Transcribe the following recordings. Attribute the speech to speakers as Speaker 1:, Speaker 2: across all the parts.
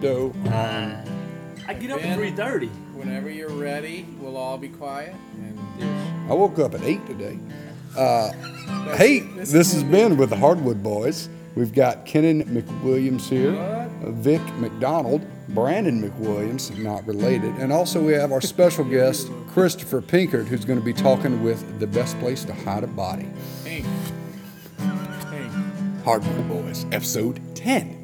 Speaker 1: dough.
Speaker 2: I get up
Speaker 3: Ben.
Speaker 2: at three thirty.
Speaker 3: Whenever you're ready, we'll all be quiet. And there's-
Speaker 1: I woke up at eight today. Uh, hey,
Speaker 3: This
Speaker 1: this,
Speaker 3: is
Speaker 1: has
Speaker 3: gonna be-
Speaker 1: been with the Hardwood Boys. We've got Kenan McWilliams here,
Speaker 3: What?
Speaker 1: Vic McDonald, Brandon McWilliams, not related, and also we have our special guest Christopher Pinkert, who's going to be talking with the best place to hide a body.
Speaker 3: Hank. Hank.
Speaker 1: Hardwood Boys, episode ten.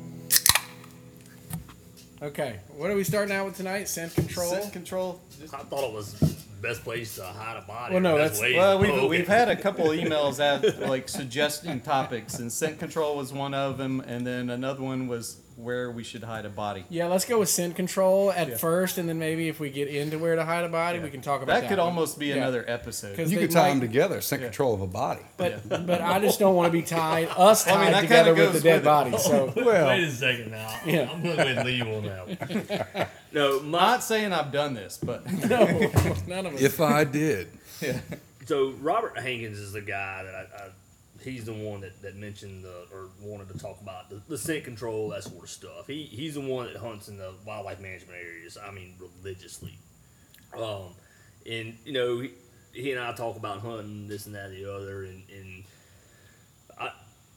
Speaker 3: Okay, what are we starting out with tonight? Scent control.
Speaker 4: Scent control.
Speaker 5: I thought it was best place to hide a body.
Speaker 3: Well, no,
Speaker 5: Best
Speaker 3: that's-
Speaker 5: way-
Speaker 4: Well, we've,
Speaker 5: oh, okay.
Speaker 4: we've had a couple of emails out like suggesting topics, and scent control was one of them, and then another one was where we should hide a body.
Speaker 3: yeah, let's go with scent control at first, and then maybe if we get into where to hide a body, we can talk about that.
Speaker 4: That could almost be
Speaker 3: Yeah.
Speaker 4: another episode.
Speaker 3: Because
Speaker 1: You
Speaker 3: they
Speaker 1: could tie them
Speaker 3: might-
Speaker 1: together. Scent control of a body.
Speaker 3: But but I just don't want to be tied us
Speaker 4: I
Speaker 3: tied
Speaker 4: mean, that
Speaker 3: together
Speaker 4: kinda
Speaker 3: with the
Speaker 4: goes
Speaker 3: dead
Speaker 4: with it. Oh,
Speaker 3: body. So
Speaker 5: Wait a second now.
Speaker 3: Yeah.
Speaker 5: I'm going to go ahead and leave on that one.
Speaker 2: No, my
Speaker 4: Not saying I've done this, but
Speaker 3: no, none of us.
Speaker 1: If I did,
Speaker 5: So Robert Hankins is the guy that I, I he's the one that, that mentioned the, or wanted to talk about the, the scent control, that sort of stuff. He he's the one that hunts in the wildlife management areas. I mean, religiously. Um, and you know he, he and I talk about hunting this and that and the other, and and I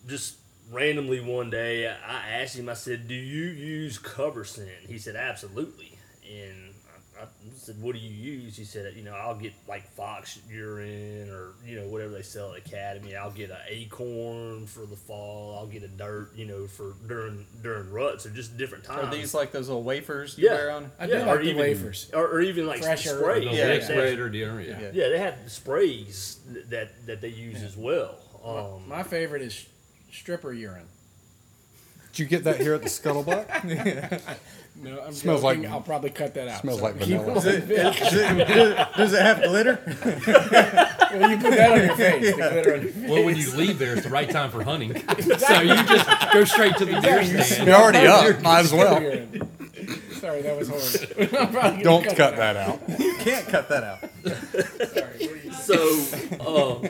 Speaker 5: just randomly one day I asked him. I said, "Do you use cover scent?" He said, "Absolutely." And I, I said, "What do you use?" He said, "You know, I'll get like fox urine or you know whatever they sell at Academy. I'll get an acorn for the fall. I'll get a dirt, you know, for during during ruts or just different times."
Speaker 4: are these like those little wafers you
Speaker 5: yeah,
Speaker 4: wear on?
Speaker 3: I do
Speaker 5: yeah,
Speaker 3: like
Speaker 5: or
Speaker 3: the
Speaker 5: even-
Speaker 3: wafers.
Speaker 5: or, or even like
Speaker 3: Fresh herb.
Speaker 5: spray.
Speaker 3: Yeah,
Speaker 5: Yeah,
Speaker 3: yeah.
Speaker 5: exactly.
Speaker 4: Yeah.
Speaker 5: Yeah, they have sprays th- that that they use as well. Um,
Speaker 3: My favorite is stripper urine.
Speaker 1: did you get that here at the Scuttlebutt?
Speaker 3: No, I'm
Speaker 1: Smells
Speaker 3: joking.
Speaker 1: like-
Speaker 3: I'll probably cut that out.
Speaker 1: Smells
Speaker 3: So
Speaker 1: like
Speaker 3: keep
Speaker 1: vanilla.
Speaker 3: on-
Speaker 6: Does it, does it have glitter?
Speaker 3: Well, you put that on your face. the glitter on your face.
Speaker 7: Well, when you leave there, it's the right time for hunting. So you just go straight to the deer stand.
Speaker 1: You're already up. Might as well.
Speaker 3: Urine. Sorry, that was horrible. I'm probably gonna
Speaker 1: Don't cut that out.
Speaker 6: You can't cut that out.
Speaker 5: so um,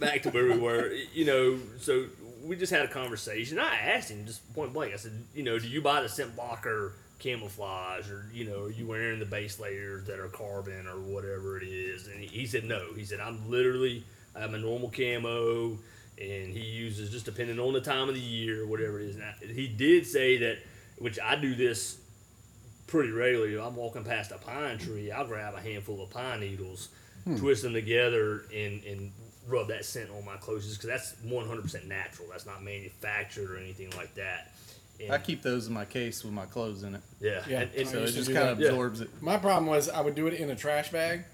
Speaker 5: back to where we were you know so we just had a conversation i asked him just point blank i said you know do you buy the scent blocker camouflage or you know are you wearing the base layers that are carbon or whatever it is and he, he said no he said i'm literally i'm a normal camo and he uses just depending on the time of the year whatever it is and I, he did say that which i do this pretty regularly. I'm walking past a pine tree, I'll grab a handful of pine needles, twist them together, and, and rub that scent on my clothes because that's 100% natural. That's not manufactured or anything like that. And-
Speaker 4: I keep those in my case with my clothes in it,
Speaker 5: yeah,
Speaker 3: Yeah,
Speaker 5: and- and-
Speaker 3: I
Speaker 4: so it
Speaker 3: used to
Speaker 4: just
Speaker 3: do
Speaker 4: kind of
Speaker 3: that.
Speaker 5: Yeah.
Speaker 4: absorbs it.
Speaker 3: My problem was I would do it in a trash bag,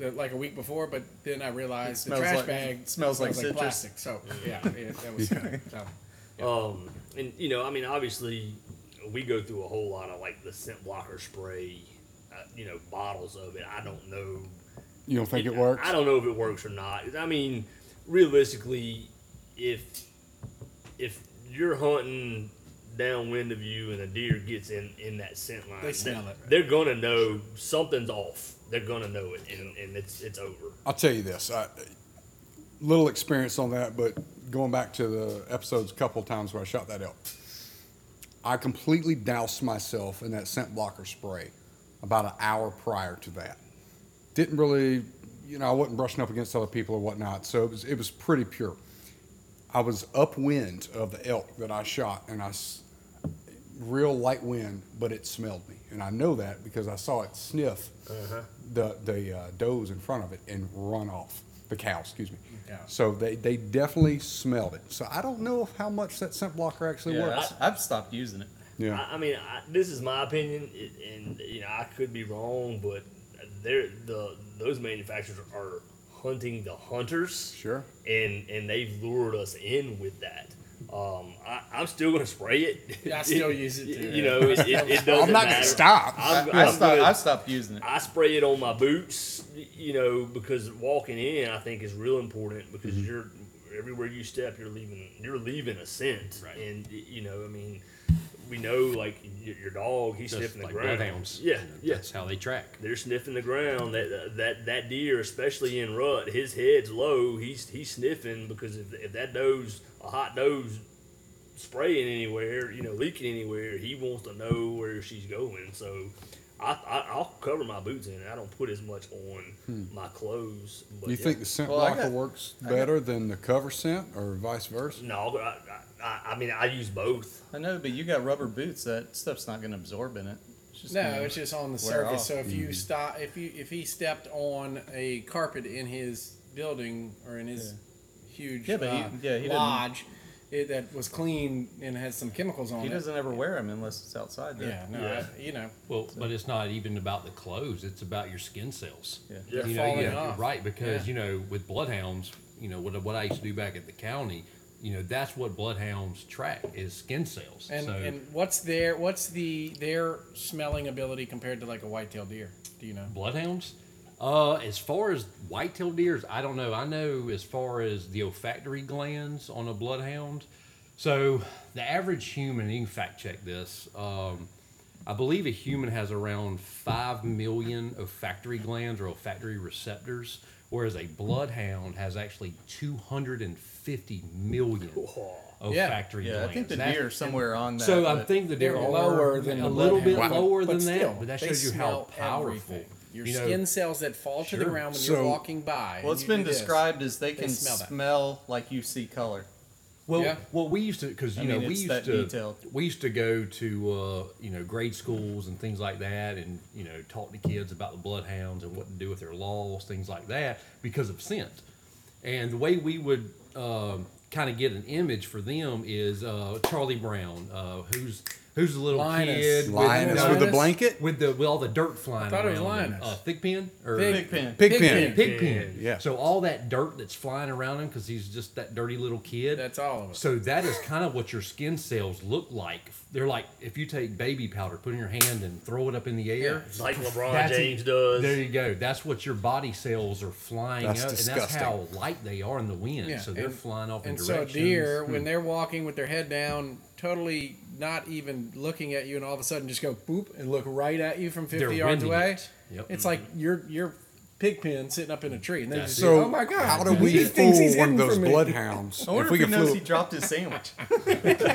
Speaker 3: that- like a week before, but then I realized the
Speaker 4: smells
Speaker 3: trash
Speaker 4: like-
Speaker 3: bag
Speaker 4: it smells like citrus.
Speaker 3: plastic. So yeah, yeah, that was kind of dumb.
Speaker 5: Um, and you know, I mean, obviously, we go through a whole lot of like the scent blocker spray, uh, you know, bottles of it. I don't know.
Speaker 1: You don't think it works?
Speaker 5: I don't know if it works or not. I mean, realistically, if if you're hunting downwind of you and a deer gets in in that scent line,
Speaker 3: They smell it.
Speaker 5: They're gonna know something's off. They're gonna know it, and, and it's it's over.
Speaker 1: I'll tell you this. I, little experience on that, but going back to the episodes a couple times where I shot that elk, I completely doused myself in that scent blocker spray about an hour prior to that. Didn't really, you know, I wasn't brushing up against other people or whatnot, so it was it was pretty pure. I was upwind of the elk that I shot, and I s- real light wind, but it smelled me, and I know that because I saw it sniff
Speaker 4: Uh-huh.
Speaker 1: the the uh, does in front of it and run off the cow. Excuse me.
Speaker 3: The cow.
Speaker 1: So they they definitely smelled it. So I don't know if how much that scent blocker actually
Speaker 4: Yeah,
Speaker 1: works.
Speaker 4: I- I've stopped using it.
Speaker 1: Yeah.
Speaker 5: I, I mean, I, this is my opinion, i- and you know, I could be wrong, but they're the those manufacturers are hunting the hunters.
Speaker 1: Sure.
Speaker 5: And and they've lured us in with that. Um, I, I'm still gonna spray it.
Speaker 3: Yeah, I still use it, too.
Speaker 5: You know, it, it, it doesn't
Speaker 1: I'm not
Speaker 5: matter.
Speaker 1: gonna stop.
Speaker 5: I'm,
Speaker 4: I,
Speaker 5: I'm
Speaker 4: stopped,
Speaker 5: gonna-
Speaker 4: I stopped using it.
Speaker 5: I spray it on my boots, you know, because walking in, I think is real important because
Speaker 7: Mm-hmm.
Speaker 5: you're everywhere you step, you're leaving you're leaving a scent, and y- you know, I mean, we know like y- your dog, he's
Speaker 7: Just
Speaker 5: sniffing
Speaker 7: like
Speaker 5: the ground.
Speaker 7: bloodhounds.
Speaker 5: Yeah, yeah.
Speaker 7: That's how they track.
Speaker 5: They're sniffing the ground. That that that deer, especially in rut, his head's low. He's he's sniffing because if, if that doe's a hot doe's spraying anywhere, you know, leaking anywhere. He wants to know where she's going. So I, I, I'll cover my boots in it. I don't put as much on my clothes. But
Speaker 1: Hmm. you
Speaker 5: yeah.
Speaker 1: think the scent
Speaker 6: Well, I
Speaker 1: blocker
Speaker 6: got-
Speaker 1: works better than the cover scent, or vice versa?
Speaker 5: No, I, I- I, I mean, I use both.
Speaker 4: I know, but you got rubber boots. That stuff's not going to absorb in it. It's just
Speaker 3: No,
Speaker 4: gonna-
Speaker 3: it's just on the
Speaker 4: wear
Speaker 3: surface.
Speaker 4: off. Mm-hmm.
Speaker 3: So if you stop, if you if he stepped on a carpet in his building or in his huge
Speaker 4: Yeah, but he-
Speaker 3: uh,
Speaker 4: yeah, he didn't-
Speaker 3: lodge it, that was clean and has some chemicals on
Speaker 4: he
Speaker 3: it.
Speaker 4: doesn't ever wear them unless it's outside. Though.
Speaker 3: yeah, no,
Speaker 5: Yeah.
Speaker 3: I- you know,
Speaker 7: Well, but it's not even about the clothes; it's about your skin cells.
Speaker 4: Yeah.
Speaker 5: Yeah.
Speaker 7: you know,
Speaker 3: Falling
Speaker 7: yeah,
Speaker 3: off.
Speaker 7: right? Because
Speaker 3: Yeah.
Speaker 7: you know, with bloodhounds, you know what what I used to do back at the county, you know, that's what bloodhounds track is skin cells.
Speaker 3: and
Speaker 7: so
Speaker 3: and what's their what's the their smelling ability compared to like a white-tailed deer? Do you know?
Speaker 7: bloodhounds. Uh, as far as white-tailed deers, I don't know. I know as far as the olfactory glands on a bloodhound. So the average human, you can fact check this. Um, I believe a human has around five million olfactory glands or olfactory receptors, whereas a bloodhound has actually two hundred and fifty million olfactory
Speaker 4: Yeah,
Speaker 7: glands.
Speaker 4: I think the
Speaker 7: And that-
Speaker 4: deer somewhere on that.
Speaker 7: So I'm
Speaker 4: but-
Speaker 7: thinking the deer
Speaker 3: They're
Speaker 7: are
Speaker 3: lower than
Speaker 7: a
Speaker 3: the
Speaker 7: little bit
Speaker 3: bloodhound.
Speaker 7: lower
Speaker 3: But
Speaker 7: than
Speaker 3: still,
Speaker 7: that, but that
Speaker 3: they
Speaker 7: shows you how
Speaker 3: smell
Speaker 7: powerful.
Speaker 3: everything. Your
Speaker 7: you know,
Speaker 3: skin cells that fall to the
Speaker 7: Sure.
Speaker 3: ground when
Speaker 1: So-
Speaker 3: you're walking by. and
Speaker 4: Well, it's
Speaker 3: you
Speaker 4: been
Speaker 3: do this.
Speaker 4: described as they
Speaker 3: they
Speaker 4: can
Speaker 3: smell that.
Speaker 4: smell like you see color.
Speaker 7: Well,
Speaker 3: Yeah.
Speaker 7: well, we used to because
Speaker 4: I
Speaker 7: you know
Speaker 4: mean,
Speaker 7: we
Speaker 4: it's
Speaker 7: used
Speaker 4: that
Speaker 7: to
Speaker 4: detailed.
Speaker 7: we used to go to uh, you know grade schools and things like that, and you know talk to kids about the bloodhounds and what to do with their laws, things like that, because of scent. And the way we would um, kind of get an image for them is uh, Charlie Brown, uh, who's who's the little
Speaker 3: Linus.
Speaker 7: kid with-
Speaker 1: Lioness
Speaker 7: no,
Speaker 1: with a
Speaker 3: Linus?
Speaker 1: blanket,
Speaker 7: with the with all the dirt flying.
Speaker 3: thought it was
Speaker 7: around him.
Speaker 3: Linus.
Speaker 7: Uh, thick pen or
Speaker 4: Big pen.
Speaker 1: pig,
Speaker 3: Pig
Speaker 1: pen.
Speaker 7: pig pen.
Speaker 1: Yeah.
Speaker 7: So all that dirt that's flying around him because he's just that dirty little kid.
Speaker 3: That's all of it.
Speaker 7: So that is kind of what your skin cells look like. They're like if you take baby powder, put it in your hand and throw it up in the air.
Speaker 5: It's like LeBron
Speaker 7: That's- e-
Speaker 5: James does.
Speaker 7: There you go. That's what your body cells are flying
Speaker 1: That's
Speaker 7: up,
Speaker 1: disgusting.
Speaker 7: and that's how light they are in the wind.
Speaker 3: Yeah,
Speaker 7: So they're
Speaker 3: and-
Speaker 7: flying off
Speaker 3: And
Speaker 7: in
Speaker 3: so a
Speaker 7: directions. Hmm.
Speaker 3: deer, when they're walking with their head down, totally not even looking at you, and all of a sudden just go boop and look right at you from 50
Speaker 7: They're
Speaker 3: yards
Speaker 7: winding
Speaker 3: away.
Speaker 7: it. Yep.
Speaker 3: It's like your your pig pen sitting up in a tree, and they
Speaker 7: That's
Speaker 3: just
Speaker 7: it.
Speaker 1: So
Speaker 3: go, oh my god,
Speaker 1: how do
Speaker 3: he
Speaker 1: we fool
Speaker 3: thinks he's
Speaker 1: one of
Speaker 3: hidden
Speaker 1: those
Speaker 3: from me."
Speaker 1: bloodhounds?
Speaker 4: I wonder if,
Speaker 1: we
Speaker 4: he
Speaker 1: could
Speaker 4: knows
Speaker 1: fool,
Speaker 4: he dropped his sandwich.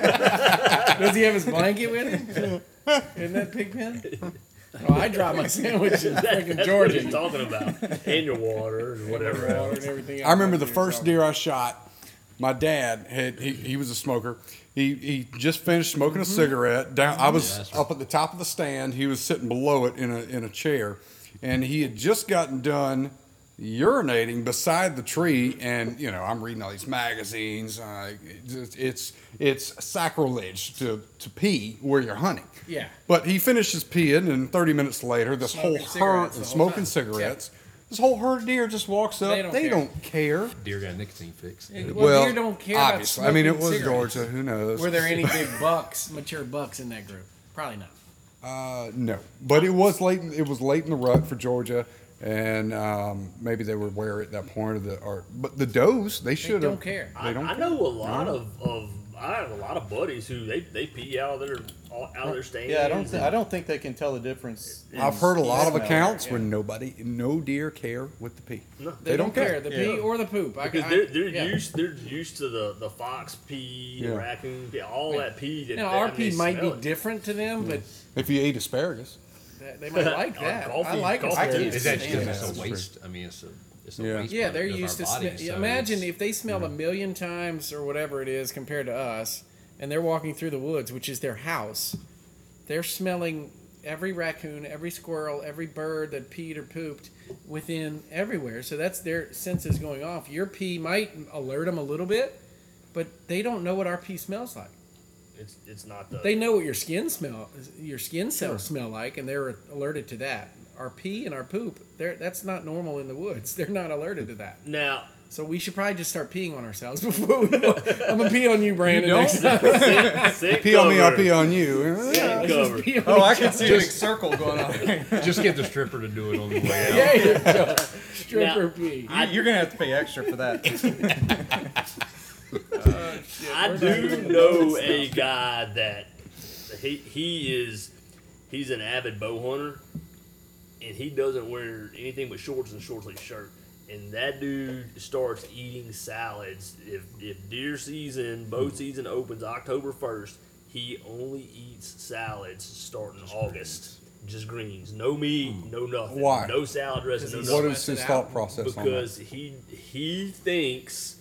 Speaker 3: Does he have his blanket with him? Isn't that pig pen? Oh, I dropped my sandwich in freaking
Speaker 5: That's what
Speaker 3: Georgia.
Speaker 5: he's talking about. And your water and whatever
Speaker 3: Water
Speaker 5: else.
Speaker 3: and everything
Speaker 1: I remember
Speaker 3: else.
Speaker 1: the first deer I shot. My dad had he, he was a smoker. He he just finished smoking
Speaker 3: Mm-hmm.
Speaker 1: a cigarette. Down I was
Speaker 7: Yeah, that's right.
Speaker 1: up at the top of the stand. He was sitting below it in a in a chair, and he had just gotten done urinating beside the tree. And you know I'm reading all these magazines. Uh, it's, it's it's sacrilege to to pee where you're hunting.
Speaker 3: Yeah.
Speaker 1: But he finishes peeing, and 30 minutes later, this
Speaker 3: Smoking
Speaker 1: whole herd
Speaker 3: cigarettes the
Speaker 1: and
Speaker 3: whole
Speaker 1: smoking
Speaker 3: time.
Speaker 1: cigarettes. This whole herd of deer just walks up. They
Speaker 3: don't
Speaker 1: don't,
Speaker 3: care.
Speaker 1: care.
Speaker 7: deer got a nicotine fix.
Speaker 3: Well,
Speaker 1: Well,
Speaker 3: deer don't care
Speaker 1: obviously.
Speaker 3: about
Speaker 1: I mean, it
Speaker 3: smoking
Speaker 1: was
Speaker 3: cigarettes.
Speaker 1: Georgia. Who knows?
Speaker 3: Were there any big bucks, mature bucks in that group? Probably not.
Speaker 1: Uh, no, but it was late. in- It was late in the rut for Georgia, and um, maybe they were aware at that point of the. Or, but the does, they should
Speaker 3: don't care.
Speaker 1: They
Speaker 5: I,
Speaker 1: don't.
Speaker 5: I know a lot of, of I have a lot of buddies who they, they pee out of their out of their stands.
Speaker 4: Yeah, I don't. Th-
Speaker 5: and-
Speaker 4: I don't think they can tell the difference. in
Speaker 1: I've heard a lot of
Speaker 4: smell.
Speaker 1: accounts where nobody, no deer care with the pee.
Speaker 5: No.
Speaker 3: They, don't, care. the pee
Speaker 4: Yeah.
Speaker 3: or the poop. I,
Speaker 5: Because
Speaker 3: I,
Speaker 5: they're, they're
Speaker 3: yeah.
Speaker 5: used they're used to the, the fox pee, the
Speaker 1: Yeah.
Speaker 5: raccoon pee, all
Speaker 3: Yeah.
Speaker 5: that pee. That,
Speaker 3: Now,
Speaker 5: that- I
Speaker 3: our
Speaker 5: mean,
Speaker 3: pee
Speaker 5: they
Speaker 3: might be
Speaker 5: smell it. Hmm.
Speaker 3: different to them, but
Speaker 1: If you eat asparagus,
Speaker 3: th- they might like
Speaker 5: Our
Speaker 3: that. I
Speaker 5: coffee-
Speaker 3: like
Speaker 5: coffee
Speaker 3: it.
Speaker 5: is-
Speaker 7: It's actually
Speaker 1: Yeah,
Speaker 7: it's
Speaker 1: that's
Speaker 7: a waste. I mean, it's a it's a
Speaker 1: Yeah.
Speaker 7: waste.
Speaker 3: Yeah, they're
Speaker 7: product of
Speaker 3: used to.
Speaker 7: our
Speaker 3: Sm-
Speaker 7: bodies, so
Speaker 3: imagine
Speaker 7: it's-
Speaker 3: if they smelled a million times or whatever it is compared to us, and they're walking through the woods, which is their house. They're smelling every raccoon, every squirrel, every bird that peed or pooped within everywhere. So that's their senses going off. Your pee might alert them a little bit, but they don't know what our pee smells like.
Speaker 5: It's, it's not the
Speaker 3: They know what your skin smell, your skin cells smell like, and they're alerted to that. Our pee and our poop, they're, that's not normal in the woods. They're not alerted to that.
Speaker 5: now.
Speaker 3: So we should probably just start peeing on ourselves before we. I'm gonna pee on you, Brandon. next time.
Speaker 5: Sick
Speaker 1: pee on me, I'll
Speaker 5: cover.
Speaker 1: pee on you. Eh,
Speaker 5: Sick
Speaker 3: Let's just
Speaker 5: cover.
Speaker 3: pee on
Speaker 4: Oh, I
Speaker 3: each
Speaker 4: can see a big circle going on. You-
Speaker 7: just get the stripper to do it on the way out.
Speaker 3: other. Yeah, yeah. stripper
Speaker 5: Now,
Speaker 3: pee.
Speaker 4: You're gonna have to pay extra for that.
Speaker 5: I do know a guy that he he is he's an avid bow hunter, and he doesn't wear anything but shorts and short sleeve shirt. and that dude starts eating salads. If if deer season, bow season opens October first, he only eats salads starting August. Just greens, no meat, no nothing,
Speaker 1: Why?
Speaker 5: no salad dressing, no
Speaker 3: Because he's
Speaker 1: What
Speaker 5: nothing.
Speaker 1: is
Speaker 3: sweats
Speaker 1: his
Speaker 3: it out
Speaker 1: thought process on that?
Speaker 5: because he he thinks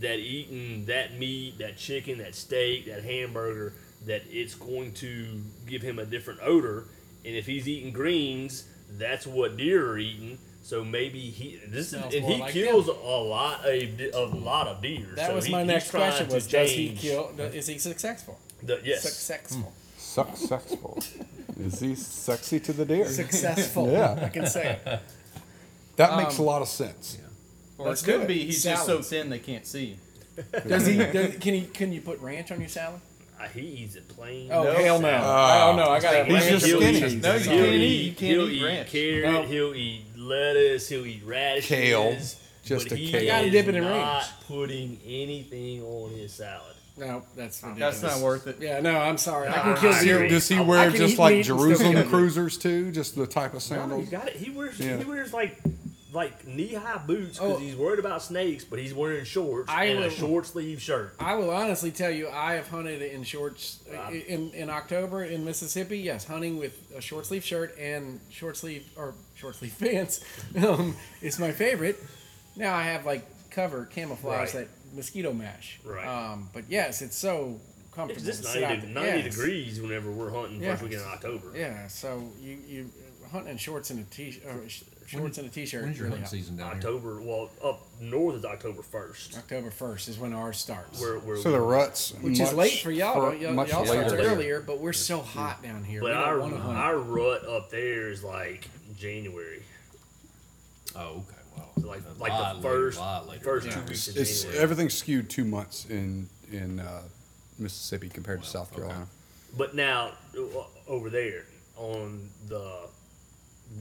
Speaker 5: that eating that meat, that chicken, that steak, that hamburger, that it's going to give him a different odor. And if he's eating greens, that's what deer are eating. So maybe he this is,
Speaker 3: Sounds
Speaker 5: and
Speaker 3: more
Speaker 5: he
Speaker 3: like
Speaker 5: kills a lot of a lot of deer.
Speaker 3: That
Speaker 5: so
Speaker 3: was
Speaker 5: he-
Speaker 3: my
Speaker 5: he's
Speaker 3: next
Speaker 5: trying
Speaker 3: question:
Speaker 5: to
Speaker 3: Was does he
Speaker 5: change
Speaker 3: kill? Is he successful?
Speaker 5: The, yes,
Speaker 3: Successful.
Speaker 1: Successful. is he sexy to the deer?
Speaker 3: Successful.
Speaker 1: Yeah.
Speaker 3: I can say it.
Speaker 1: That makes a lot of sense.
Speaker 4: Or
Speaker 3: Let's
Speaker 4: it
Speaker 3: do
Speaker 4: could
Speaker 3: it.
Speaker 4: be he's
Speaker 3: Salads.
Speaker 4: just so thin they can't see him.
Speaker 3: Does he? Does, can he? Can you put ranch on your salad?
Speaker 5: Uh, he eats a plain.
Speaker 3: Oh hell no!
Speaker 1: Ah.
Speaker 3: oh no! I got
Speaker 1: He's
Speaker 3: ranch.
Speaker 1: just
Speaker 5: He'll
Speaker 1: skinny.
Speaker 5: eat-
Speaker 4: No, you
Speaker 5: he'll
Speaker 4: can't eat- you can't
Speaker 5: he'll
Speaker 4: eat ranch.
Speaker 5: carrot.
Speaker 3: No.
Speaker 5: He'll eat lettuce. He'll eat radishes.
Speaker 1: Kale.
Speaker 5: Just
Speaker 1: Just
Speaker 5: but
Speaker 1: a
Speaker 5: he
Speaker 1: kale.
Speaker 5: I
Speaker 1: I
Speaker 5: gotta
Speaker 3: gotta dip it in
Speaker 5: not
Speaker 3: ranch.
Speaker 5: putting anything on his salad.
Speaker 3: No, that's ridiculous.
Speaker 4: That's not worth it.
Speaker 3: Yeah, no, I'm sorry. I
Speaker 5: Nah,
Speaker 3: can kill
Speaker 5: I
Speaker 3: zero.
Speaker 5: agree.
Speaker 1: Does he
Speaker 3: I
Speaker 1: wear
Speaker 3: can
Speaker 1: just
Speaker 3: eat
Speaker 1: like
Speaker 3: meat and still kill
Speaker 1: Jerusalem
Speaker 3: you.
Speaker 1: cruisers too? Just the type of
Speaker 5: No, you
Speaker 1: sandals?
Speaker 5: got it. He wears
Speaker 1: Yeah.
Speaker 5: he wears like like knee high boots because
Speaker 3: Oh.
Speaker 5: he's worried about snakes, but he's wearing shorts
Speaker 3: I
Speaker 5: and a
Speaker 3: will-
Speaker 5: short sleeve shirt.
Speaker 3: I will honestly tell you, I have hunted in shorts in, in October in Mississippi. Yes, hunting with a short sleeve shirt and short sleeve or short sleeve pants um, is my favorite. Now I have like cover
Speaker 5: Right.
Speaker 3: camouflage that mosquito mash.
Speaker 5: Right.
Speaker 3: Um, but yes, it's so comfortable.
Speaker 5: It's just
Speaker 3: to sit out
Speaker 5: ninety,
Speaker 3: there.
Speaker 5: 90
Speaker 3: Yes.
Speaker 5: degrees whenever we're hunting
Speaker 3: Yeah.
Speaker 5: first weekend in October.
Speaker 3: Yeah. So you you hunting in shorts and a t or sh- shorts and a t shirt.
Speaker 7: When's your hunting season down here?
Speaker 5: October, well, up north is October first.
Speaker 3: October first is when ours starts.
Speaker 5: Where, where
Speaker 1: So the ruts,
Speaker 3: which
Speaker 1: much
Speaker 3: is late for y'all.
Speaker 1: fur-
Speaker 3: y'all
Speaker 1: much
Speaker 3: y'all starts
Speaker 1: later.
Speaker 3: earlier, but we're so hot down here. we
Speaker 5: but
Speaker 3: don't
Speaker 5: our
Speaker 3: want to hunt.
Speaker 5: our rut up there is like January,
Speaker 7: Oh, okay. Well,
Speaker 5: So, like
Speaker 7: a
Speaker 5: like
Speaker 7: lot
Speaker 5: the
Speaker 7: later,
Speaker 5: first
Speaker 7: lot later.
Speaker 5: first
Speaker 3: Yeah.
Speaker 5: two weeks of
Speaker 1: It's
Speaker 5: January.
Speaker 1: everything's skewed two months in in uh, Mississippi compared to South Carolina.
Speaker 5: But now o- over there on the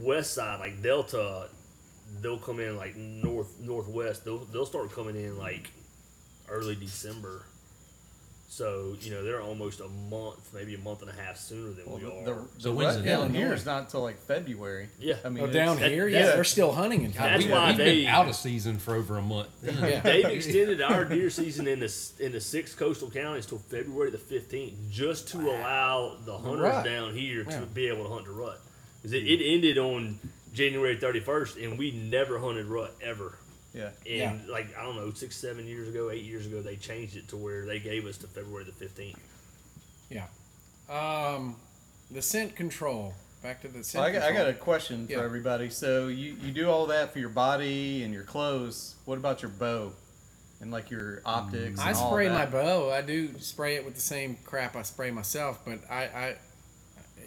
Speaker 5: west side, like Delta, they'll come in like north northwest. They'll they'll start coming in like early December. So you know they're almost a month, maybe a month and a half sooner than
Speaker 4: Well,
Speaker 5: we are.
Speaker 4: the, the
Speaker 7: So when's
Speaker 4: rut
Speaker 7: it
Speaker 4: down
Speaker 7: down
Speaker 4: here
Speaker 7: here?
Speaker 4: is not until like February.
Speaker 5: Yeah.
Speaker 4: I mean
Speaker 3: Oh,
Speaker 4: it's-
Speaker 3: down
Speaker 5: that-
Speaker 3: here,
Speaker 5: that's-
Speaker 3: yeah, we're still hunting in
Speaker 5: that's
Speaker 7: we,
Speaker 3: California.
Speaker 5: why
Speaker 7: have
Speaker 5: they-
Speaker 7: been out of season for over a month.
Speaker 3: Yeah.
Speaker 5: They've extended our deer season in the s- in the six coastal counties till February the fifteenth, just to allow the hunters
Speaker 3: rut.
Speaker 5: down here to
Speaker 3: Yeah.
Speaker 5: be able to hunt the rut. 'Cause It,
Speaker 3: Hmm.
Speaker 5: it ended on January thirty first, and we never hunted rut ever.
Speaker 4: Yeah.
Speaker 5: And
Speaker 3: Yeah.
Speaker 5: like I don't know, six, seven years ago, eight years ago, they changed it to where they gave us to February the fifteenth.
Speaker 3: Yeah. Um, the scent control. Back to the
Speaker 4: Well,
Speaker 3: scent.
Speaker 4: I, got, I
Speaker 3: control.
Speaker 4: got a question
Speaker 3: Yeah.
Speaker 4: for everybody. So you, you do all that for your body and your clothes. What about your bow and like your optics?
Speaker 3: Mm. I
Speaker 4: and all
Speaker 3: spray my
Speaker 4: that?
Speaker 3: bow. I do spray it with the same crap I spray myself, but I, I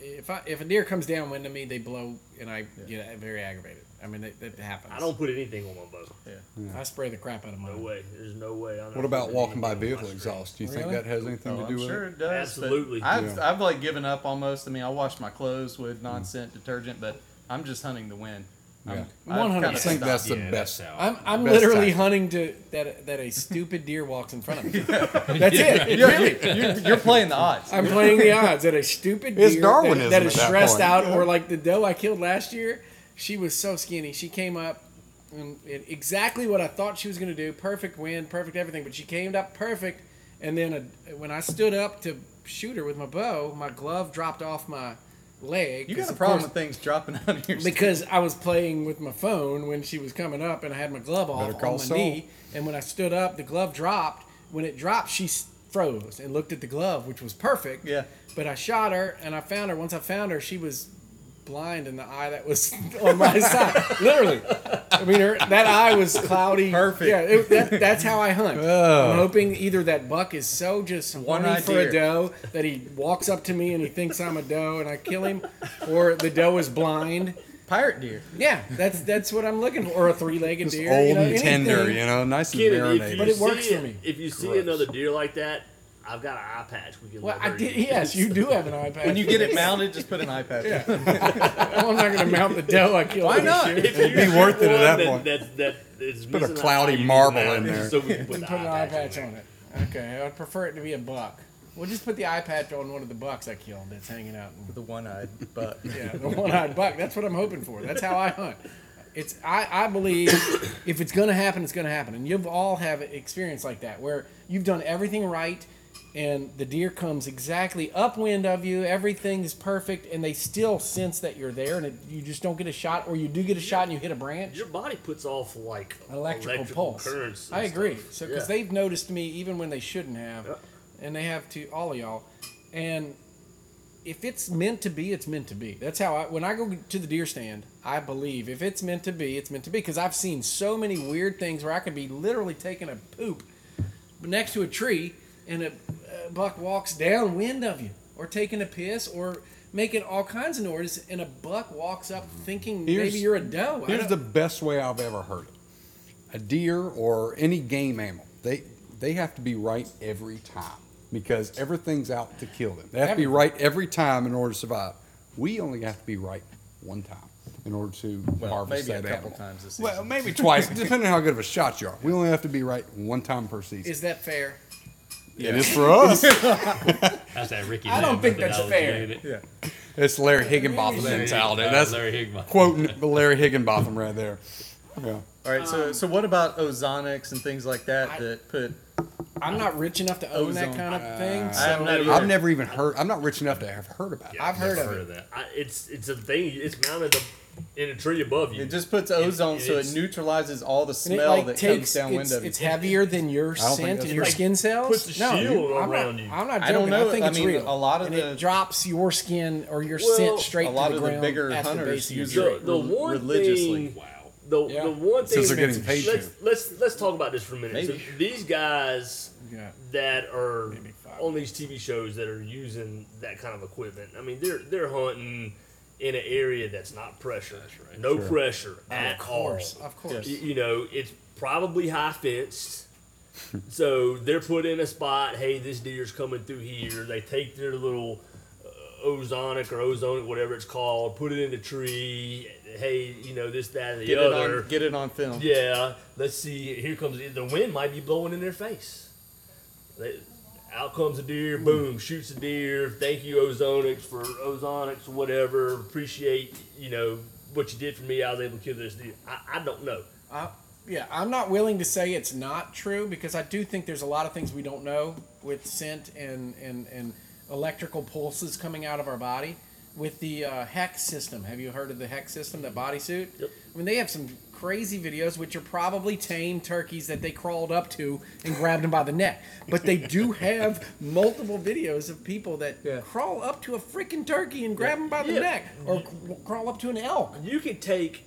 Speaker 3: if I if a deer comes downwind of me, they blow and I get very aggravated. I mean, that, that happens.
Speaker 5: I don't put anything on my bow.
Speaker 3: I spray the crap out of
Speaker 5: No
Speaker 3: mine.
Speaker 5: way. There's no way. I'm not
Speaker 1: What about
Speaker 5: putting
Speaker 1: walking by
Speaker 5: anything on my
Speaker 1: vehicle
Speaker 5: string.
Speaker 1: exhaust? Do you
Speaker 3: Really?
Speaker 1: think that has anything
Speaker 4: Oh,
Speaker 1: to do
Speaker 4: I'm
Speaker 1: with
Speaker 4: sure
Speaker 1: it?
Speaker 4: it does. but
Speaker 5: Absolutely.
Speaker 4: I've,
Speaker 1: Yeah. Mm.
Speaker 4: I've like given up almost. I mean, I wash my clothes with non scent detergent, but I'm just hunting the wind.
Speaker 1: Yeah.
Speaker 4: I've
Speaker 3: 100%.
Speaker 4: kinda
Speaker 1: I think
Speaker 4: stopped.
Speaker 1: that's the
Speaker 7: Yeah,
Speaker 1: best.
Speaker 7: that's out.
Speaker 3: I'm, I'm
Speaker 1: Best
Speaker 3: literally
Speaker 1: tactic.
Speaker 3: hunting to that that a stupid deer walks in front of me. That's it. Really,
Speaker 4: You're, you're playing the odds.
Speaker 3: I'm playing the odds that a stupid deer
Speaker 1: It's Darwinism
Speaker 3: that, that is
Speaker 1: at that
Speaker 3: stressed
Speaker 1: point.
Speaker 3: out, or like the doe I killed last year. She was so skinny. She came up and it, exactly what I thought she was going to do. Perfect wind, perfect everything. But she came up perfect, and then a, when I stood up to shoot her with my bow, my glove dropped off my leg.
Speaker 4: You
Speaker 3: 'cause
Speaker 4: got a
Speaker 3: of
Speaker 4: problem
Speaker 3: course-
Speaker 4: with things dropping out of your
Speaker 3: because I was playing with my phone when she was coming up, and I had my glove
Speaker 1: Better
Speaker 3: off
Speaker 1: call
Speaker 3: on my
Speaker 1: Saul.
Speaker 3: knee. And when I stood up, the glove dropped. When it dropped, she s- froze and looked at the glove, which was perfect.
Speaker 4: Yeah.
Speaker 3: But I shot her, and I found her. Once I found her, she was blind in the eye that was on my side. Literally, I mean, her, that eye was cloudy.
Speaker 4: Perfect.
Speaker 3: Yeah, it, that, that's how I hunt. I'm hoping either that buck is so just
Speaker 4: One
Speaker 3: horny for
Speaker 4: idea.
Speaker 3: a doe that he walks up to me and he thinks I'm a doe and I kill him, or the doe is blind.
Speaker 4: pirate deer.
Speaker 3: Yeah, that's that's what I'm looking for, or a three-legged
Speaker 1: It's
Speaker 3: deer.
Speaker 1: old
Speaker 3: you know,
Speaker 1: and tender,
Speaker 3: anything.
Speaker 1: you know, nice and
Speaker 5: Kid, if
Speaker 1: marinated.
Speaker 5: you
Speaker 3: But it
Speaker 5: see
Speaker 3: works for me.
Speaker 5: If you see
Speaker 1: Gross.
Speaker 5: another deer like that, I've got an eye patch. We can.
Speaker 3: Well, I
Speaker 5: leverage.
Speaker 3: did. Yes, you do have an iPad.
Speaker 4: When you get it mounted, just put an eye patch. Yeah.
Speaker 3: Oh, I'm not going to mount the doe I killed.
Speaker 4: Why
Speaker 3: this
Speaker 4: not?
Speaker 3: year.
Speaker 5: If you
Speaker 1: be
Speaker 5: shoot
Speaker 1: worth it at
Speaker 5: one
Speaker 1: that point.
Speaker 5: That, that, is
Speaker 1: Put a
Speaker 5: missing an
Speaker 1: cloudy
Speaker 5: eye, you
Speaker 1: marble
Speaker 5: can
Speaker 1: in
Speaker 5: have it,
Speaker 1: there.
Speaker 5: So we can put,
Speaker 3: and
Speaker 5: the
Speaker 3: put an
Speaker 5: eye
Speaker 3: eye
Speaker 5: patch
Speaker 3: patch
Speaker 5: in
Speaker 3: on it. Okay, I'd prefer it to be a buck. We'll just put the eye patch on one of the bucks I killed that's hanging out.
Speaker 4: The one eyed buck.
Speaker 3: Yeah, the one-eyed buck. That's what I'm hoping for. That's how I hunt. It's I, I believe if it's gonna happen, it's gonna happen, and you've all have experience like that where you've done everything right, and the deer comes exactly upwind of you, everything is perfect, and they still sense that you're there, and it, you just don't get a shot, or you do get a shot and you hit a branch.
Speaker 5: Your body puts off like
Speaker 3: An electrical, pulse.
Speaker 5: currents. and
Speaker 3: I agree.
Speaker 5: stuff.
Speaker 3: So because
Speaker 5: Yeah.
Speaker 3: they've noticed me even when they shouldn't have,
Speaker 5: Yeah.
Speaker 3: and they have to all of y'all. And if it's meant to be, it's meant to be. That's how I when I go to the deer stand, I believe if it's meant to be, it's meant to be. Because I've seen so many weird things where I could be literally taking a poop next to a tree, and a a buck walks downwind of you, or taking a piss, or making all kinds of noises, and a buck walks up thinking
Speaker 1: Here's-
Speaker 3: maybe you're a doe. I
Speaker 1: Here's
Speaker 3: don't-
Speaker 1: the best way I've ever heard it. A deer or any game animal, they they have to be right every time because everything's out to kill them. They have to be
Speaker 3: Everything.
Speaker 1: right every time in order to survive. We only have to be right one time in order to
Speaker 4: Well,
Speaker 1: harvest
Speaker 4: maybe a
Speaker 1: that
Speaker 4: couple
Speaker 1: animal.
Speaker 4: times this
Speaker 1: Well,
Speaker 4: season.
Speaker 1: maybe twice, depending on how good of a shot you are. We only have to be right one time per season.
Speaker 3: is that fair?
Speaker 1: It is for us.
Speaker 7: That's that Ricky.
Speaker 3: I don't think
Speaker 7: Lake
Speaker 3: that's
Speaker 7: methodology,
Speaker 3: fair.
Speaker 7: ain't it?
Speaker 1: it's Larry Higginbotham
Speaker 7: Larry-
Speaker 1: mentality.
Speaker 7: uh,
Speaker 1: That's
Speaker 7: Larry Higma.
Speaker 1: quoting Larry Higginbotham right there. Yeah.
Speaker 4: All right, so so what about ozonics and things like that
Speaker 3: Um, I-
Speaker 4: that put?
Speaker 3: I'm not rich enough to own that
Speaker 4: Ozone. uh,
Speaker 3: kind of thing. So
Speaker 4: I'm not
Speaker 1: I've never even heard. I'm not rich enough to have heard about it.
Speaker 3: I've heard
Speaker 7: Never
Speaker 3: of it.
Speaker 7: of that.
Speaker 5: I, it's it's a thing. It's mounted up in a tree above you.
Speaker 4: It just puts ozone, so it
Speaker 5: it's-
Speaker 4: neutralizes all
Speaker 3: And
Speaker 4: the
Speaker 3: it
Speaker 4: smell
Speaker 3: like
Speaker 4: that
Speaker 3: takes
Speaker 4: comes downwind
Speaker 3: it's,
Speaker 4: of you.
Speaker 3: it's heavier than
Speaker 1: don't
Speaker 3: your
Speaker 1: think
Speaker 3: scent
Speaker 1: that's
Speaker 3: and your
Speaker 1: true.
Speaker 3: skin cells.
Speaker 5: Puts a
Speaker 3: no, you-
Speaker 5: shield
Speaker 3: I'm
Speaker 5: around
Speaker 3: not,
Speaker 5: you.
Speaker 3: I'm not
Speaker 4: I don't
Speaker 3: joking. I,
Speaker 4: know.
Speaker 3: think
Speaker 4: I
Speaker 3: it's
Speaker 4: mean,
Speaker 3: real.
Speaker 4: a lot of
Speaker 3: and
Speaker 4: the-
Speaker 3: it drops your skin or your
Speaker 5: Well,
Speaker 3: scent straight
Speaker 4: a
Speaker 3: to
Speaker 4: lot
Speaker 3: the
Speaker 4: of the
Speaker 3: ground
Speaker 4: bigger
Speaker 3: at the base
Speaker 4: hunters
Speaker 3: of your
Speaker 4: use
Speaker 3: tree.
Speaker 5: the,
Speaker 4: it
Speaker 5: the
Speaker 4: rel-
Speaker 5: one
Speaker 4: religiously.
Speaker 5: thing. The,
Speaker 3: Yeah.
Speaker 5: the one thing.
Speaker 1: Since they're getting paid
Speaker 5: let's,
Speaker 1: to.
Speaker 5: let's let's talk about this for a minute. So
Speaker 4: Maybe.
Speaker 5: these guys
Speaker 3: Yeah.
Speaker 5: that are
Speaker 3: Maybe five.
Speaker 5: on these TV shows that are using that kind of equipment. I mean, they're they're hunting in an area that's not pressure. No pressure at
Speaker 3: Of course,
Speaker 5: all.
Speaker 3: of course.
Speaker 5: Y- You know, it's probably high fenced. so they're put in a spot. Hey, this deer's coming through here. They take their little uh, ozonic or ozonic, whatever it's called, put it in the tree. Hey, you know this, that, and the
Speaker 4: Get it
Speaker 5: other.
Speaker 4: on, get it on film.
Speaker 5: Yeah, let's see. Here comes the wind might be blowing in their face. They, out comes a deer,
Speaker 4: Hmm.
Speaker 5: boom, shoots a deer. Thank you, Ozonics, for Ozonics, whatever. Appreciate you know what you did for me. I was able to kill this deer. I, I don't know.
Speaker 3: I, yeah, I'm not willing to say it's not true because I do think there's a lot of things we don't know with scent and and and electrical pulses coming out of our body. With the uh, hex system, have you heard of the hex system, that bodysuit?
Speaker 5: Yep.
Speaker 3: I mean, they have some crazy videos, which are probably tame turkeys that they crawled up to and grabbed them by the neck. But they do have multiple videos of people that
Speaker 4: Yeah.
Speaker 3: crawl up to a freaking turkey and grab them by the
Speaker 5: Yeah.
Speaker 3: neck, or c- crawl up to an elk.
Speaker 5: You could take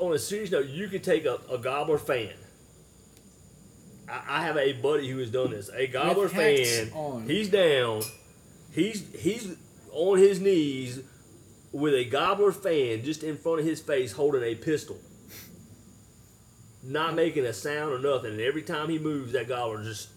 Speaker 5: on a serious note. You could take a, a gobbler fan. I, I have a buddy who has done this. A gobbler
Speaker 3: hats
Speaker 5: fan.
Speaker 3: on.
Speaker 5: He's down. He's he's on his knees with a gobbler fan just in front of his face, holding a pistol, not making a sound or nothing. And every time he moves, that gobbler just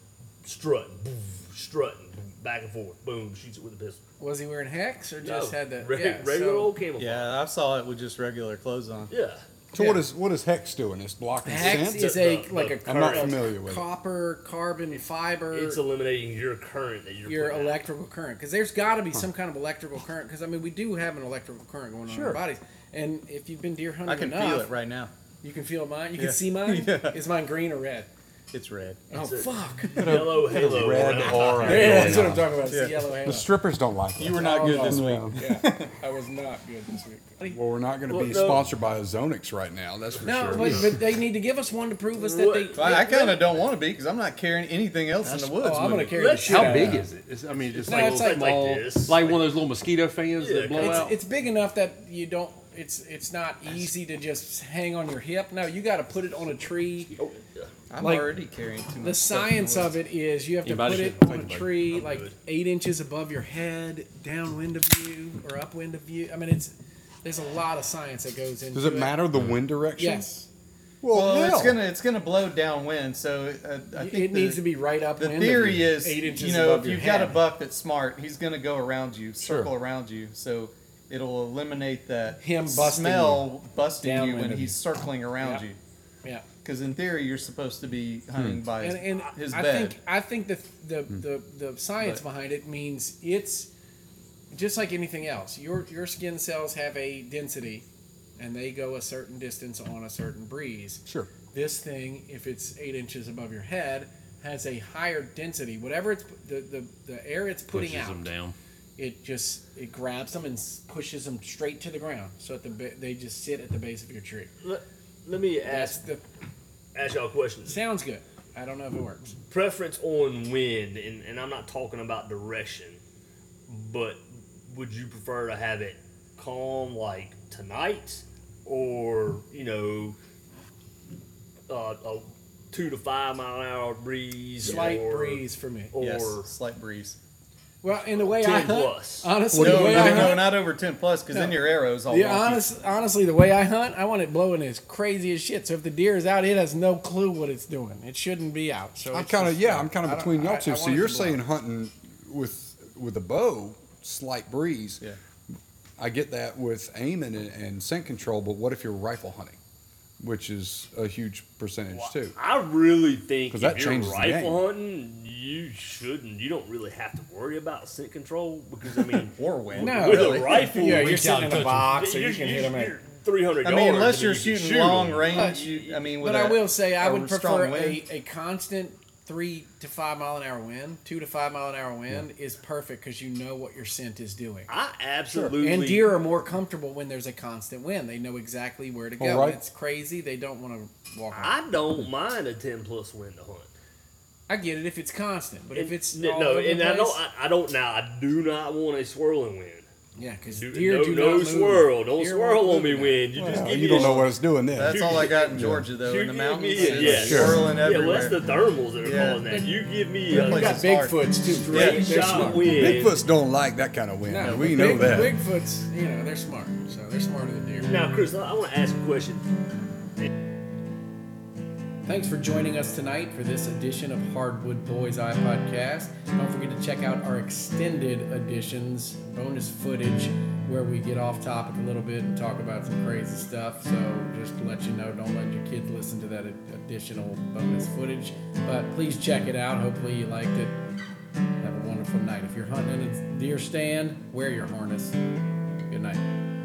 Speaker 5: strutting, boom, strutting back and forth, boom, shoots it with a pistol.
Speaker 3: Was he wearing hex or just
Speaker 5: No,
Speaker 3: had the
Speaker 5: reg-
Speaker 3: yeah,
Speaker 5: regular
Speaker 3: so-
Speaker 5: old camouflage.
Speaker 4: Yeah, I saw it with just regular clothes on.
Speaker 5: yeah.
Speaker 1: So
Speaker 3: Yeah.
Speaker 1: what is what is Hex doing? It's blocking
Speaker 3: Hex
Speaker 1: scent.
Speaker 3: is a
Speaker 5: No,
Speaker 3: like
Speaker 5: no,
Speaker 3: a
Speaker 1: I'm not
Speaker 3: cur-
Speaker 1: familiar with it.
Speaker 3: copper carbon fiber.
Speaker 5: It's eliminating your current that you're
Speaker 3: your
Speaker 5: putting out.
Speaker 3: electrical current because there's got to be some kind of electrical current because I mean we do have an electrical current going on in our
Speaker 1: Sure.
Speaker 3: bodies and if you've been deer hunting
Speaker 4: I can
Speaker 3: enough
Speaker 4: feel it right now.
Speaker 3: you can feel mine you
Speaker 4: Yeah.
Speaker 3: can see mine
Speaker 4: Yeah.
Speaker 3: is mine green or red
Speaker 4: It's red.
Speaker 3: oh
Speaker 5: it.
Speaker 3: fuck
Speaker 5: yellow halo.
Speaker 1: Red
Speaker 5: around.
Speaker 1: aura.
Speaker 3: yeah that's
Speaker 1: going
Speaker 3: what I'm
Speaker 1: on.
Speaker 3: talking about it's
Speaker 4: Yeah.
Speaker 3: the yellow halo
Speaker 1: The strippers don't like it.
Speaker 4: You were not good
Speaker 3: no.
Speaker 4: this week.
Speaker 3: yeah I was not good this week
Speaker 1: Well, we're not going to
Speaker 5: Well,
Speaker 1: be
Speaker 5: no.
Speaker 1: sponsored by Ozonix right now. That's for
Speaker 3: no
Speaker 1: sure.
Speaker 3: but, but they need to give us one to prove us that they
Speaker 5: What?
Speaker 4: Well, I kind of don't want to be because I'm not carrying anything else in the woods.
Speaker 3: oh I'm gonna
Speaker 4: with me.
Speaker 3: carry the
Speaker 5: Let's-
Speaker 3: shit out
Speaker 7: How
Speaker 3: of
Speaker 7: big
Speaker 3: that.
Speaker 7: is it? It's, I mean, just
Speaker 3: No,
Speaker 7: like,
Speaker 3: it's
Speaker 7: little-
Speaker 3: like-
Speaker 7: like,
Speaker 5: like this.
Speaker 7: one of those little mosquito fans
Speaker 5: Yeah,
Speaker 7: that blow
Speaker 5: it's-
Speaker 7: out.
Speaker 3: It's, it's big enough that you don't. It's it's not easy to just hang on your hip. No, you got to put it on a tree.
Speaker 4: I'm
Speaker 3: like,
Speaker 4: already carrying too much.
Speaker 3: The science of it is you have to
Speaker 7: Anybody
Speaker 3: put it
Speaker 7: should-
Speaker 3: on a tree like eight inches above your head, downwind of you or upwind of you. I mean, it's there's a lot of science that goes into.
Speaker 1: Does it matter the wind direction?
Speaker 3: Yes,
Speaker 1: Well,
Speaker 5: Oh,
Speaker 4: Well, it's
Speaker 1: hell.
Speaker 4: gonna it's gonna blow downwind, so uh, I
Speaker 3: it
Speaker 4: think
Speaker 3: needs
Speaker 4: the-
Speaker 3: to be right upwind.
Speaker 4: The
Speaker 3: of
Speaker 4: theory
Speaker 3: you,
Speaker 4: is,
Speaker 3: eight inches
Speaker 4: you know,
Speaker 3: above
Speaker 4: if
Speaker 3: your
Speaker 4: you've got a
Speaker 3: head.
Speaker 4: buck that's smart, he's going to go around you, circle around you, so it'll eliminate that
Speaker 3: Him busting
Speaker 4: smell busting you
Speaker 3: Downwind
Speaker 4: when
Speaker 3: of
Speaker 4: he's circling around
Speaker 3: Yeah.
Speaker 4: you.
Speaker 3: Yeah.
Speaker 4: Because in theory, you're supposed to be
Speaker 5: Hmm.
Speaker 4: hunting by his,
Speaker 3: and, and
Speaker 4: his
Speaker 3: I
Speaker 4: bed.
Speaker 3: think I think the the,
Speaker 1: Hmm.
Speaker 3: the, the science
Speaker 4: But-
Speaker 3: behind it means it's just like anything else. Your your skin cells have a density and they go a certain distance on a certain breeze.
Speaker 1: Sure.
Speaker 3: This thing, if it's eight inches above your head, has a higher density. Whatever it's the, the, the air it's putting
Speaker 7: pushes
Speaker 3: out,
Speaker 7: them down.
Speaker 3: it just it grabs them and s- pushes them straight to the ground. So at the ba- they just sit at the base of your tree.
Speaker 5: Let, let me
Speaker 3: That's
Speaker 5: ask
Speaker 3: the
Speaker 5: ask y'all a question.
Speaker 3: sounds good. I don't know if it works.
Speaker 5: Preference on wind, and, and I'm not talking about direction, but would you prefer to have it calm like tonight, or you know, uh, a two to five mile an hour breeze,
Speaker 3: Slight
Speaker 5: or,
Speaker 3: breeze for me.
Speaker 5: or
Speaker 4: yes, slight breeze.
Speaker 3: Well, in the way I
Speaker 5: Ten
Speaker 3: hunt,
Speaker 5: plus.
Speaker 3: honestly,
Speaker 4: No,
Speaker 3: the way
Speaker 4: no,
Speaker 3: I
Speaker 4: no,
Speaker 3: hunt,
Speaker 4: not over ten plus, because then
Speaker 3: No.
Speaker 4: your arrows all.
Speaker 3: Yeah,
Speaker 4: wonky.
Speaker 3: honest, honestly, the way I hunt, I want it blowing as crazy as shit. So if the deer is out, it has no clue what it's doing. It shouldn't be out. So
Speaker 1: I'm
Speaker 3: it's
Speaker 1: kind of
Speaker 3: just- uh,
Speaker 1: yeah. I'm kind
Speaker 3: I
Speaker 1: of
Speaker 3: don't-
Speaker 1: between
Speaker 3: I-
Speaker 1: y'all
Speaker 3: I
Speaker 1: two. so
Speaker 3: want it
Speaker 1: you're
Speaker 3: to blow.
Speaker 1: saying hunting with with a bow, slight breeze.
Speaker 4: Yeah.
Speaker 1: I get that with aiming and, and scent control, but what if you're rifle hunting, which is a huge percentage
Speaker 5: Well,
Speaker 1: too?
Speaker 5: I really think
Speaker 1: 'Cause
Speaker 5: if
Speaker 1: that
Speaker 5: you're
Speaker 1: changes the
Speaker 5: rifle hunting, you shouldn't. You don't really have to worry about scent control because I mean,
Speaker 4: or wind.
Speaker 3: No.
Speaker 5: with
Speaker 4: really.
Speaker 5: a rifle,
Speaker 3: yeah,
Speaker 5: you
Speaker 3: you're sitting in a
Speaker 7: touch 'em.
Speaker 3: box, so you can hit them. At,
Speaker 5: 300
Speaker 4: I
Speaker 5: yards.
Speaker 4: mean, unless
Speaker 5: and
Speaker 4: you're
Speaker 5: you can
Speaker 4: shooting
Speaker 5: shoot 'em.
Speaker 4: long
Speaker 3: Uh,
Speaker 4: range, you, I mean, with
Speaker 3: but I
Speaker 4: a-
Speaker 3: will say I
Speaker 4: a
Speaker 3: would
Speaker 4: strong
Speaker 3: prefer
Speaker 4: wind.
Speaker 3: a, a constant three to five mile an hour wind. Two to five mile an hour wind is perfect because you know what your scent is doing.
Speaker 5: I absolutely.
Speaker 3: And deer are more comfortable when there's a constant wind. They know exactly where to go.
Speaker 1: All right.
Speaker 3: When it's crazy, they don't want to walk. I,
Speaker 5: I don't mind a 10 plus wind to hunt.
Speaker 3: I get it if it's constant, but if
Speaker 5: And-
Speaker 3: it's
Speaker 5: no,
Speaker 3: all
Speaker 5: no,
Speaker 3: over the
Speaker 5: and I
Speaker 3: place-
Speaker 5: don't. I, I don't now. I do not want a swirling wind.
Speaker 3: Yeah, because
Speaker 5: Do,
Speaker 3: deer
Speaker 5: no,
Speaker 3: do
Speaker 5: no
Speaker 3: not
Speaker 5: swirl.
Speaker 3: Move.
Speaker 5: Don't
Speaker 3: Deer won't
Speaker 5: swirl on
Speaker 3: move
Speaker 5: me,
Speaker 3: now.
Speaker 5: wind. You just
Speaker 1: Well,
Speaker 5: give
Speaker 1: you
Speaker 5: me
Speaker 1: don't
Speaker 5: a,
Speaker 1: know what it's doing then.
Speaker 4: That's all I got in Georgia, though,
Speaker 5: you
Speaker 4: in the
Speaker 5: give
Speaker 4: mountains.
Speaker 5: Me a,
Speaker 4: it's
Speaker 5: yes.
Speaker 1: Sure.
Speaker 4: Swirling
Speaker 5: Yeah, well,
Speaker 4: everywhere.
Speaker 5: that's the thermals that are
Speaker 4: Yeah.
Speaker 5: causing that. You give me
Speaker 4: Yeah,
Speaker 5: a
Speaker 3: You got
Speaker 4: Places hard.
Speaker 3: Bigfoots too.
Speaker 5: straight
Speaker 3: They're
Speaker 5: shot
Speaker 3: smart.
Speaker 5: wind.
Speaker 1: Bigfoots don't like that kind of wind.
Speaker 3: No,
Speaker 1: we
Speaker 3: but
Speaker 1: know
Speaker 3: Big-
Speaker 1: that.
Speaker 3: Bigfoots, you know, they're smart. So they're smarter than deer.
Speaker 5: Now, Chris, I want to ask a question.
Speaker 3: Thanks for joining us tonight for this edition of Hardwood Boys Eye Podcast. Don't forget to check out our extended editions, bonus footage, where we get off topic a little bit and talk about some crazy stuff. So just to let you know, don't let your kids listen to that ad- additional bonus footage. But please check it out. Hopefully you liked it. Have a wonderful night. If you're hunting in a deer stand, wear your harness. Good night.